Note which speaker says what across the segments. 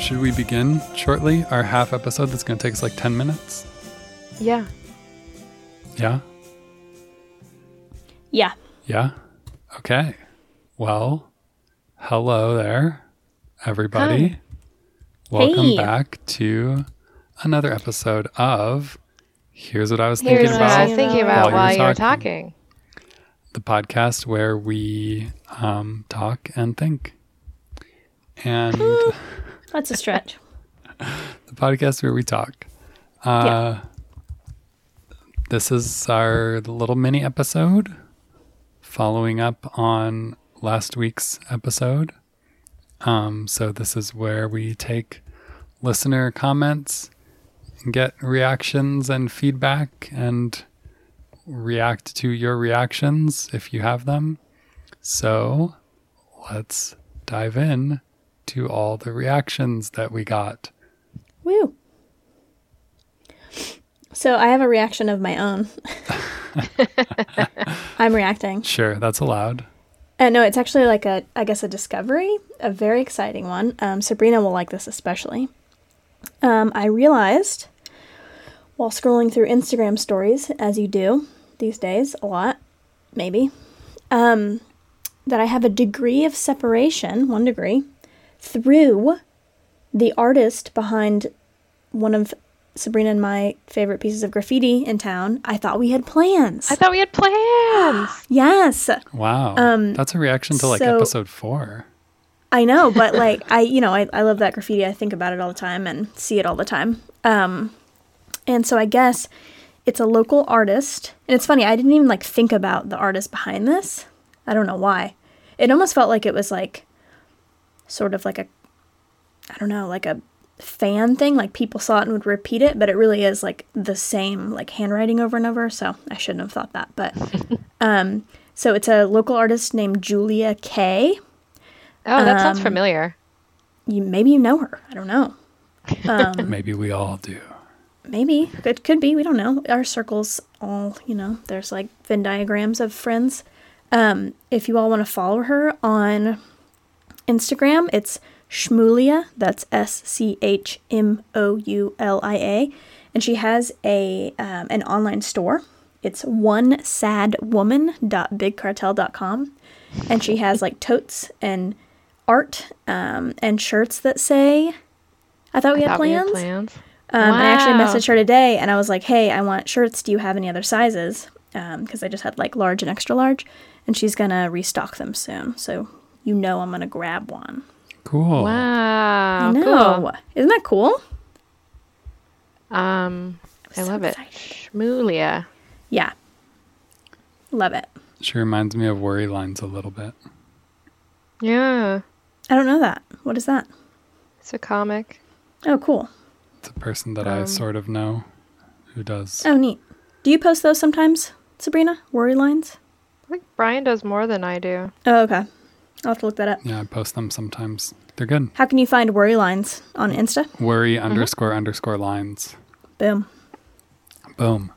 Speaker 1: should we begin shortly our half episode that's going to take us like 10 minutes?
Speaker 2: Yeah.
Speaker 1: Yeah?
Speaker 2: Yeah.
Speaker 1: Yeah? Okay. Well, hello there, everybody. Welcome
Speaker 2: Hey.
Speaker 1: back to another episode of Here's What I Was Thinking
Speaker 2: Here's what
Speaker 1: About.
Speaker 2: I was thinking about
Speaker 1: while
Speaker 2: while
Speaker 1: you
Speaker 2: you
Speaker 1: were
Speaker 2: were talking.
Speaker 1: the podcast where we um, talk and think. And the
Speaker 3: That's a stretch.
Speaker 1: podcast where we talk. Uh, This is our little mini episode following up on last week's episode. Um, so, this is where we take listener comments and get reactions and feedback and react to your reactions if you have them. So let's dive in to all the reactions that we got.
Speaker 3: Woo. So I have a reaction of my own. I'm reacting.
Speaker 1: Sure, that's allowed.
Speaker 3: Uh, no, it's actually like a, I guess, a discovery, a very exciting one. Um, Sabrina will like this especially. Um, I realized while scrolling through Instagram stories, as you do these days, a lot, maybe, um, that I have a degree of separation, one degree, through the artist behind one of Sabrina and my favorite pieces of graffiti in town. I thought we had plans.
Speaker 2: I thought we had plans.
Speaker 3: yes.
Speaker 1: Wow. that's a reaction to like
Speaker 3: so-
Speaker 1: episode four.
Speaker 3: I know, but like I, you know, I, I love that graffiti. I think about it all the time and see it all the time. Um, and so I guess it's a local artist, and it's funny. I didn't even like think about the artist behind this. I don't know why. It almost felt like it was like sort of like a, I don't know, like a fan thing. Like people saw it and would repeat it, but it really is like the same like handwriting over and over. So I shouldn't have thought that, but. um, so it's a local artist named Julia Kay
Speaker 2: Oh, that sounds familiar.
Speaker 3: you maybe you know her. I don't know.
Speaker 1: Maybe we all do.
Speaker 3: Maybe it could be. We don't know. Our circles all you know. There's like Venn diagrams of friends. Um, if you all want to follow her on Instagram, it's Shmoolia. That's S C H M O U L I A, and she has a um, an online store. It's one sad woman.bigcartel.com. And she has like totes and art um, and shirts that say, I thought we, had,
Speaker 2: Thought we had
Speaker 3: plans.
Speaker 2: plans.
Speaker 3: Um, and I actually
Speaker 2: Wow.
Speaker 3: messaged her today and I was like, hey, I want shirts. Do you have any other sizes? Because I just had like large and extra large. And she's going to restock them soon. So you know I'm going to grab one.
Speaker 1: Cool.
Speaker 2: Wow.
Speaker 3: Uh, no. Isn't that cool?
Speaker 2: Cool. Um, I
Speaker 3: so
Speaker 2: love
Speaker 3: excited.
Speaker 2: it. Shmoolia.
Speaker 3: Yeah. Love it.
Speaker 1: She reminds me of worry lines a little bit.
Speaker 2: Yeah.
Speaker 3: I don't know that. What is that?
Speaker 2: It's a comic.
Speaker 3: Oh, cool.
Speaker 1: It's a person that I sort of know who does.
Speaker 3: Oh, neat. Do you post those sometimes, Sabrina? Worry lines?
Speaker 2: I think Brian does more than I do.
Speaker 3: Oh, okay. I'll have to look that up.
Speaker 1: Yeah, I post them sometimes. They're good.
Speaker 3: How can you find worry lines on Insta?
Speaker 1: Worry underscore underscore lines.
Speaker 3: Boom.
Speaker 1: Boom.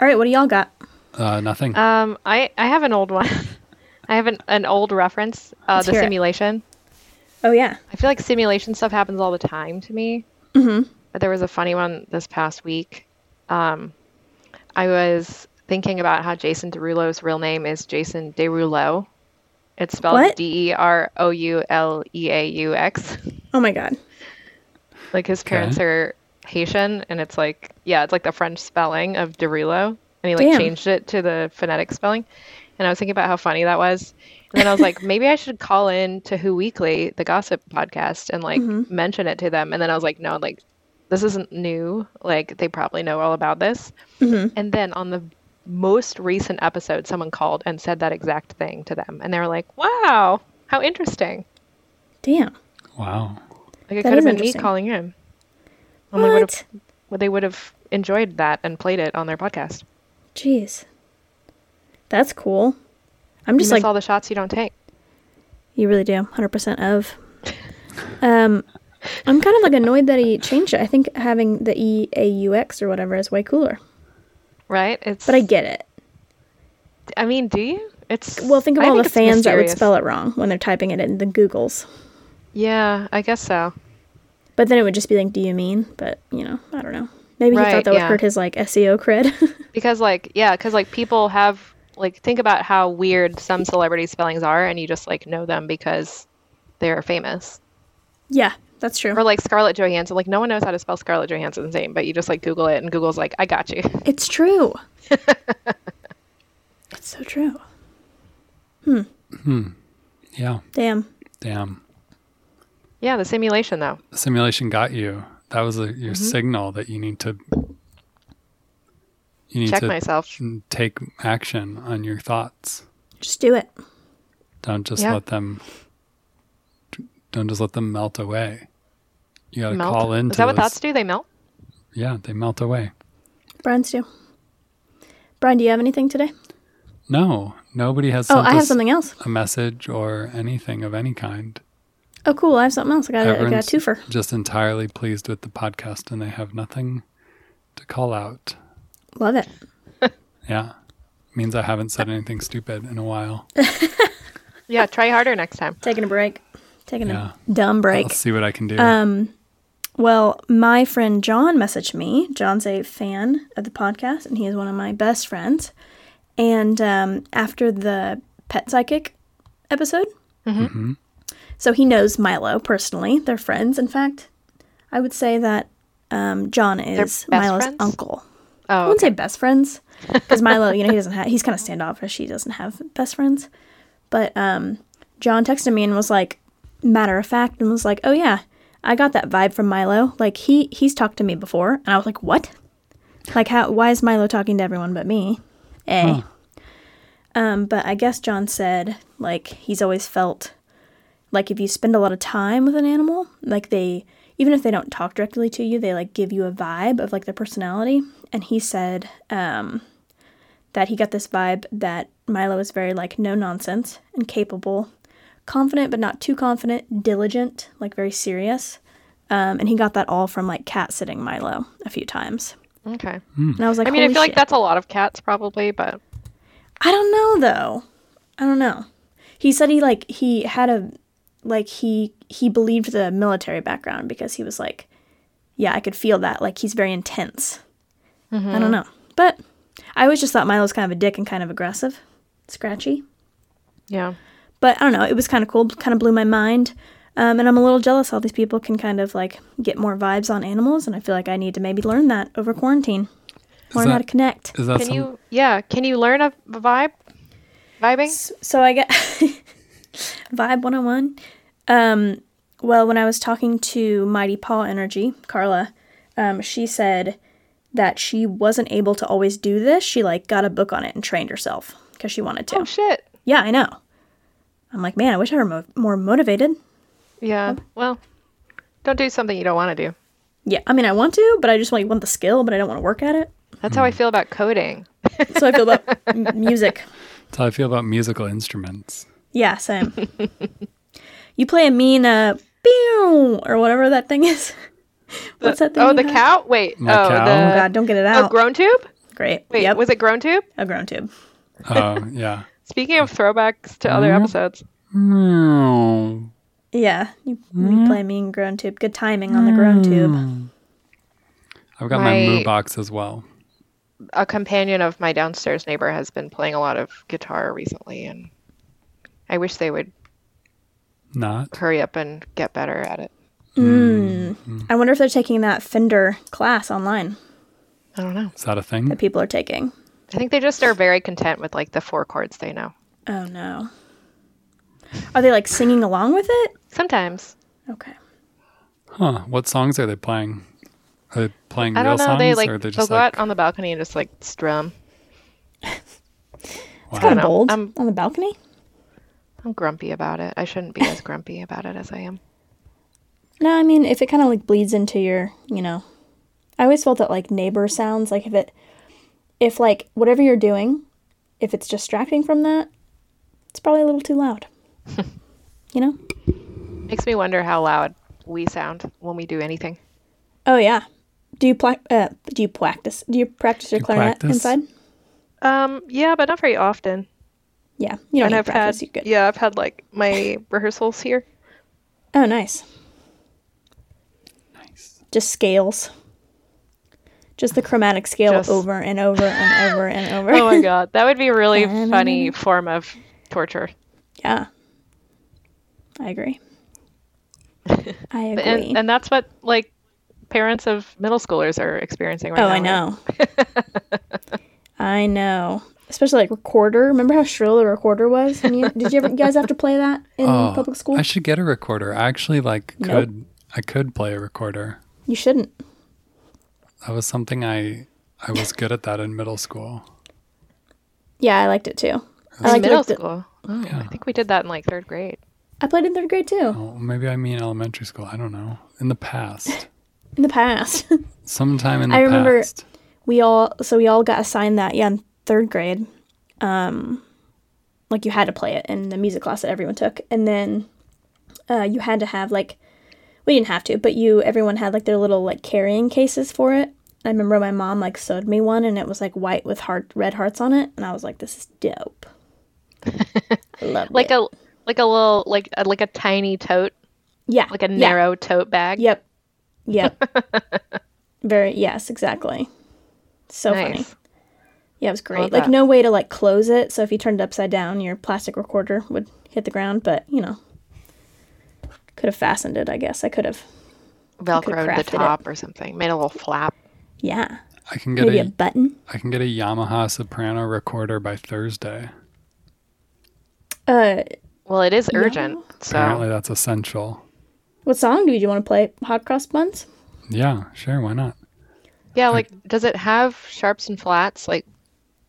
Speaker 3: All right, what do y'all got?
Speaker 1: Uh, nothing.
Speaker 2: Um, I, I have an old one. I have an, an old reference. Uh,
Speaker 3: Let's
Speaker 2: the
Speaker 3: hear it.
Speaker 2: simulation.
Speaker 3: Oh, yeah.
Speaker 2: I feel like simulation stuff happens all the time to me. Mm-hmm. But there was a funny one this past week. Um, I was thinking about how Jason Derulo's real name is Jason Derulo. It's spelled
Speaker 3: What?
Speaker 2: D E R O U L E A U X.
Speaker 3: Oh, my God.
Speaker 2: Like his parents are Haitian, and it's like yeah, it's like the French spelling of Derulo, and he like
Speaker 3: Damn.
Speaker 2: changed it to the phonetic spelling. And I was thinking about how funny that was, and then I was like, maybe I should call in to Who Weekly, the gossip podcast, and like
Speaker 3: Mm-hmm.
Speaker 2: mention it to them. And then I was like, no, like this isn't new. Like they probably know all about this.
Speaker 3: Mm-hmm.
Speaker 2: And then on the most recent episode, someone called and said that exact thing to them, and they were like, wow, how interesting.
Speaker 3: Damn.
Speaker 1: wow.
Speaker 2: Like it
Speaker 3: That
Speaker 2: could
Speaker 3: is
Speaker 2: have been me
Speaker 3: interesting.
Speaker 2: calling in. And they would've-
Speaker 3: What?
Speaker 2: well, they would have enjoyed that and played it on their podcast.
Speaker 3: Jeez. That's cool. I'm
Speaker 2: You
Speaker 3: just
Speaker 2: miss
Speaker 3: like,
Speaker 2: all the shots you don't take.
Speaker 3: you really do. 100% of. Um, I'm kind of like annoyed that he changed it. I think having the E A U X or whatever is way cooler.
Speaker 2: Right? It's.
Speaker 3: But I get it.
Speaker 2: I mean, do you? It's.
Speaker 3: Well, think of
Speaker 2: I
Speaker 3: all the
Speaker 2: it's
Speaker 3: fans that would
Speaker 2: mysterious.
Speaker 3: spell it wrong when they're typing it in the Googles.
Speaker 2: Yeah, I guess so.
Speaker 3: But then it would just be like, do you mean? But, you know, I don't know. Maybe he
Speaker 2: Right,
Speaker 3: thought that would
Speaker 2: yeah.
Speaker 3: hurt his like SEO cred.
Speaker 2: because like yeah because like people have like think about how weird some celebrity spellings are and you just like know them because they're famous
Speaker 3: yeah, that's true.
Speaker 2: or like scarlett johansson like no one knows how to spell scarlett johansson's name but you just like google it and google's like i got you
Speaker 3: It's true. it's so true.
Speaker 1: Yeah.
Speaker 3: Damn.
Speaker 1: Damn.
Speaker 2: yeah the simulation though
Speaker 1: The simulation got you. That was a, your signal that you need to you need
Speaker 2: check
Speaker 1: to
Speaker 2: myself
Speaker 1: take action on your thoughts.
Speaker 3: Just do it.
Speaker 1: Don't just
Speaker 2: Yeah.
Speaker 1: let them don't just let them melt away. You got to
Speaker 2: melt
Speaker 1: call into
Speaker 2: is that what
Speaker 1: those-
Speaker 2: thoughts do they melt
Speaker 1: Yeah, they melt away.
Speaker 3: Brian's do. Brian, do you have anything today?
Speaker 1: No, nobody has
Speaker 3: Oh,
Speaker 1: sent
Speaker 3: I have
Speaker 1: us
Speaker 3: something else.
Speaker 1: a message or anything of any kind.
Speaker 3: Oh, cool. I have something else. I got, a- I got
Speaker 1: Everyone's
Speaker 3: a twofer.
Speaker 1: just entirely pleased with the podcast and they have nothing to call out.
Speaker 3: Love it.
Speaker 1: Yeah. Means I haven't said anything stupid in a while.
Speaker 2: yeah try harder next time
Speaker 3: Taking a break. Taking
Speaker 1: Yeah.
Speaker 3: a dumb
Speaker 1: I'll
Speaker 3: break.
Speaker 1: see what I can do.
Speaker 3: Well, my friend John messaged me. John's a fan of the podcast, and he is one of my best friends. And um, after the Pet Psychic episode,
Speaker 2: Mm-hmm.
Speaker 3: so he knows Milo personally. They're friends. In fact, I would say that um, John is
Speaker 2: best
Speaker 3: Milo's
Speaker 2: friends?
Speaker 3: uncle. I
Speaker 2: oh
Speaker 3: wouldn't say best friends because Milo, you know, he doesn't have, he's kind of standoffish. He doesn't have best friends. But um, John texted me and was like, matter of fact, and was like, oh yeah, I got that vibe from Milo. Like he, he's talked to me before. And I was like, what? Like how, why is Milo talking to everyone but me? Eh. Um, but I guess John said like he's always felt like if you spend a lot of time with an animal, like they even if they don't talk directly to you, they like give you a vibe of like their personality. And he said um, that he got this vibe that Milo is very like no nonsense and capable, confident but not too confident, diligent, like very serious. Um, and he got that all from like cat sitting Milo a few times.
Speaker 2: okay
Speaker 3: And I was like,
Speaker 2: i mean i
Speaker 3: "Holy
Speaker 2: feel like
Speaker 3: shit."
Speaker 2: that's a lot of cats probably but
Speaker 3: I don't know though. I don't know. He said he like he had a like he he believed the military background because he was like, yeah, I could feel that. Like he's very intense. I don't know, but I always just thought Milo's kind of a dick and kind of aggressive, scratchy.
Speaker 2: yeah
Speaker 3: But I don't know. It was kind of cool. Kind of blew my mind. Um, and I'm a little jealous how these people can kind of like get more vibes on animals, and I feel like I need to maybe learn that over quarantine, learn how
Speaker 1: that-
Speaker 3: to connect.
Speaker 1: Is that
Speaker 2: can
Speaker 1: some,
Speaker 2: you yeah can you learn a vibe vibing
Speaker 3: S- so I get Vibe 101. Um, well, when I was talking to Mighty Paw Energy, Carla, um, she said that she wasn't able to always do this. She like got a book on it and trained herself because she wanted to.
Speaker 2: oh shit
Speaker 3: yeah, I know. I'm like, man, I wish I were mo- more motivated.
Speaker 2: yeah well don't do something you don't want to do
Speaker 3: Yeah, I mean, I want to, but I just like want the skill, but I don't want to work at it.
Speaker 2: That's how I
Speaker 1: Hmm.
Speaker 2: feel about coding.
Speaker 3: So I feel about m- music.
Speaker 1: that's how I feel about musical instruments.
Speaker 3: Yeah, same. you play a mean uh, pew, or whatever that thing is. What's that thing?
Speaker 2: Oh,
Speaker 3: you
Speaker 2: the
Speaker 3: have?
Speaker 2: cow? Wait.
Speaker 1: My
Speaker 2: oh,
Speaker 1: cow?
Speaker 3: Oh
Speaker 2: the
Speaker 3: god, don't get it
Speaker 2: oh,
Speaker 3: out.
Speaker 2: grown tube?
Speaker 3: Great.
Speaker 2: Wait,
Speaker 3: yep.
Speaker 2: was it grown tube?
Speaker 3: a grown tube.
Speaker 1: Oh, yeah.
Speaker 2: Speaking of throwbacks to
Speaker 1: Mm-hmm.
Speaker 2: other episodes,
Speaker 1: Meow.
Speaker 3: Yeah, you, you play mean grown tube. Good timing on the
Speaker 2: Hmm.
Speaker 3: grown tube.
Speaker 1: I've got my,
Speaker 2: My-
Speaker 1: moo box as well.
Speaker 2: a companion of my downstairs neighbor has been playing a lot of guitar recently, and I wish they would
Speaker 1: Not.
Speaker 2: hurry up and get better at it.
Speaker 3: I wonder if they're taking that Fender class online
Speaker 2: I don't know.
Speaker 1: Is that a
Speaker 3: that
Speaker 1: thing?
Speaker 3: people are taking.
Speaker 2: I think they just are very content with like the four chords they know.
Speaker 3: Oh no. Are they like singing along with it?
Speaker 2: Sometimes
Speaker 3: Okay.
Speaker 1: Huh. What songs are they playing? Are they playing
Speaker 2: I
Speaker 1: real
Speaker 2: don't know.
Speaker 1: songs
Speaker 2: They
Speaker 1: or are
Speaker 2: like
Speaker 1: they
Speaker 2: they'll
Speaker 1: just
Speaker 2: go
Speaker 1: like
Speaker 2: out on the balcony and just like strum.
Speaker 3: It's kind
Speaker 2: know.
Speaker 3: of bold
Speaker 2: I'm-
Speaker 3: on the balcony.
Speaker 2: I'm grumpy about it. I shouldn't be as grumpy about it as I am.
Speaker 3: No, I mean if it kind of like bleeds into your, you know. I always felt that like neighbor sounds like if it, if like whatever you're doing, if it's distracting from that, it's probably a little too loud. you know.
Speaker 2: Makes me wonder how loud we sound when we do anything.
Speaker 3: Oh yeah. Do you pla- uh, do you practice? Do you practice your
Speaker 1: you
Speaker 3: clarinet
Speaker 1: practice?
Speaker 3: inside?
Speaker 2: Um, yeah, but not very often.
Speaker 3: Yeah, you don't
Speaker 2: And
Speaker 3: need
Speaker 2: I've
Speaker 3: practice.
Speaker 2: had
Speaker 3: You're good.
Speaker 2: yeah, I've had like my rehearsals here.
Speaker 3: Oh, nice. just scales. Just the chromatic scale
Speaker 2: Just-
Speaker 3: over and over and over and over.
Speaker 2: Oh my god, that would be a really funny form of torture.
Speaker 3: Yeah. I agree. I agree.
Speaker 2: And and that's what like parents of middle schoolers are experiencing right
Speaker 3: oh,
Speaker 2: now.
Speaker 3: I
Speaker 2: right?
Speaker 3: know. I know. Especially like recorder. Remember how shrill the recorder was? And you, did you ever you guys have to play that in
Speaker 1: Oh,
Speaker 3: public school?
Speaker 1: I should get a recorder. I actually like
Speaker 3: Nope.
Speaker 1: could I could play a recorder.
Speaker 3: you shouldn't.
Speaker 1: That was something I I was good at that in middle school.
Speaker 3: Yeah, I liked it too. I
Speaker 2: In
Speaker 3: liked it,
Speaker 2: middle
Speaker 3: like, the-
Speaker 2: school. Oh, I think we did that in like third grade.
Speaker 3: I played in third grade too.
Speaker 1: Well, maybe I mean elementary school. I don't know. In the past,
Speaker 3: In the past.
Speaker 1: sometime in the
Speaker 3: I remember-
Speaker 1: past.
Speaker 3: we all so we all got assigned that yeah in third grade um like you had to play it in the music class that everyone took and then uh you had to have like we didn't have to but you everyone had like their little like carrying cases for it i remember my mom like sewed me one and it was like white with heart red hearts on it and i was like this is dope I love
Speaker 2: Like
Speaker 3: it.
Speaker 2: a like a little like a, like a tiny tote,
Speaker 3: yeah
Speaker 2: like a
Speaker 3: yeah,
Speaker 2: narrow tote bag.
Speaker 3: yep yep very yes exactly so funny
Speaker 2: nice.
Speaker 3: Yeah, it was great.
Speaker 2: Love
Speaker 3: Like
Speaker 2: that.
Speaker 3: no way to like close it, so if you turned it upside down, your plastic recorder would hit the ground. But you know, could have fastened it. I guess I could have.
Speaker 2: Velcroed the
Speaker 3: crafted it.
Speaker 2: top or something. Made a little flap.
Speaker 3: Yeah,
Speaker 1: I can get
Speaker 3: maybe
Speaker 1: a
Speaker 3: a button.
Speaker 1: I can get a Yamaha soprano recorder by Thursday.
Speaker 3: Uh,
Speaker 2: Well, it is urgent, so
Speaker 1: Apparently, that's essential.
Speaker 3: what song do you want to play? Hot cross buns.
Speaker 1: Yeah, sure. Why not?
Speaker 2: yeah. Like, does it have sharps and flats? Like,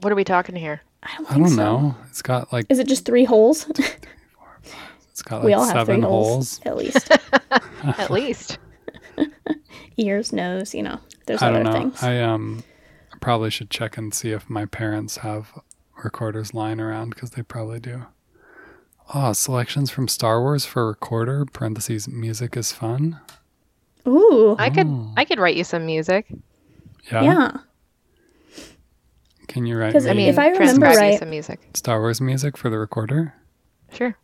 Speaker 2: what are we talking here?
Speaker 3: I don't
Speaker 1: I
Speaker 3: think
Speaker 1: don't
Speaker 3: so.
Speaker 1: know. It's got like
Speaker 3: Is it just three holes?
Speaker 1: it's got
Speaker 3: we all
Speaker 1: like
Speaker 3: have three
Speaker 1: seven
Speaker 3: holes,
Speaker 1: holes.
Speaker 3: at least.
Speaker 2: At least.
Speaker 3: Ears, nose. You know, there's
Speaker 1: I
Speaker 3: other
Speaker 1: don't know.
Speaker 3: things.
Speaker 1: I um probably should check and see if my parents have recorders lying around because they probably do. Oh, selections from Star Wars for recorder (parentheses music is fun).
Speaker 3: Ooh,
Speaker 2: I could
Speaker 1: Hmm.
Speaker 2: I could write you some music.
Speaker 1: Yeah.
Speaker 3: yeah.
Speaker 1: Can you write
Speaker 3: 'Cause,
Speaker 1: me
Speaker 2: I mean,
Speaker 3: If I remember
Speaker 2: transcribe you
Speaker 3: right-
Speaker 2: some music.
Speaker 1: Star Wars music for the recorder?
Speaker 2: Sure.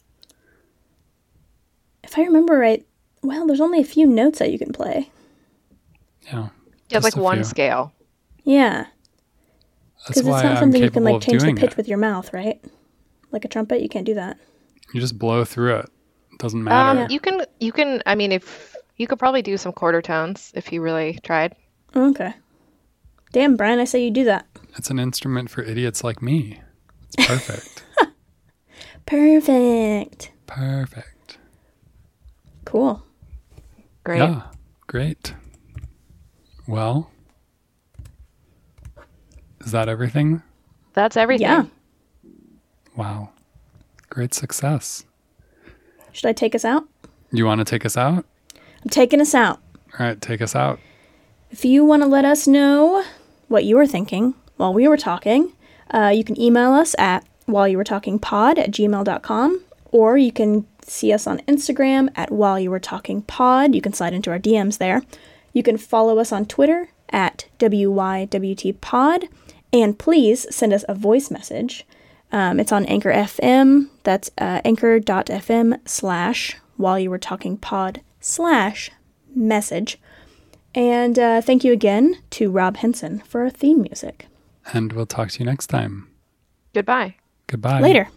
Speaker 3: If I remember right, well, there's only a few notes that you can play.
Speaker 1: Yeah.
Speaker 2: Yeah,
Speaker 1: Just
Speaker 2: it's like
Speaker 1: a
Speaker 2: one
Speaker 1: few.
Speaker 2: scale.
Speaker 3: Yeah,
Speaker 1: That's
Speaker 3: because it's
Speaker 1: why
Speaker 3: not
Speaker 1: I'm
Speaker 3: something you
Speaker 1: capable
Speaker 3: can like
Speaker 1: of
Speaker 3: change the
Speaker 1: doing
Speaker 3: pitch
Speaker 1: it.
Speaker 3: with your mouth, right? Like a trumpet, you can't do that.
Speaker 1: You just blow through it.
Speaker 3: Oh,
Speaker 1: Doesn't
Speaker 2: Um,
Speaker 1: matter.
Speaker 2: you can you can I mean if you could probably do some quarter tones if you really tried.
Speaker 3: Okay. Damn, Brian, I say you do that.
Speaker 1: It's an instrument for idiots like me. It's perfect.
Speaker 3: Perfect.
Speaker 1: perfect.
Speaker 3: Cool.
Speaker 2: Great.
Speaker 1: Yeah. Great. Well, is that everything?
Speaker 2: That's everything.
Speaker 3: Yeah.
Speaker 1: Wow. Great success.
Speaker 3: Should I take us out?
Speaker 1: You want to take us out?
Speaker 3: I'm taking us out.
Speaker 1: All right, take us out.
Speaker 3: If you want to let us know what you were thinking while we were talking, uh, you can email us at while you were talking pod at gmail.com or you can see us on Instagram at while you were talking pod. You can slide into our DMs there. You can follow us on Twitter at WYWT pod and please send us a voice message. Um, it's on Anchor FM. That's uh, anchor.fm slash while you were talking pod slash message. And uh, thank you again to Rob Henson for our theme music.
Speaker 1: And we'll talk to you next time.
Speaker 2: Goodbye.
Speaker 1: Goodbye.
Speaker 3: Later.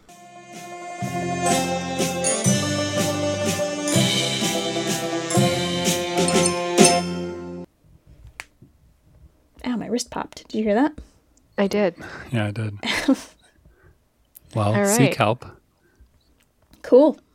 Speaker 3: Ow, my wrist popped. Did you hear that?
Speaker 2: I did.
Speaker 1: Yeah, I did. well,
Speaker 2: All
Speaker 1: seek
Speaker 2: right.
Speaker 1: help.
Speaker 3: Cool.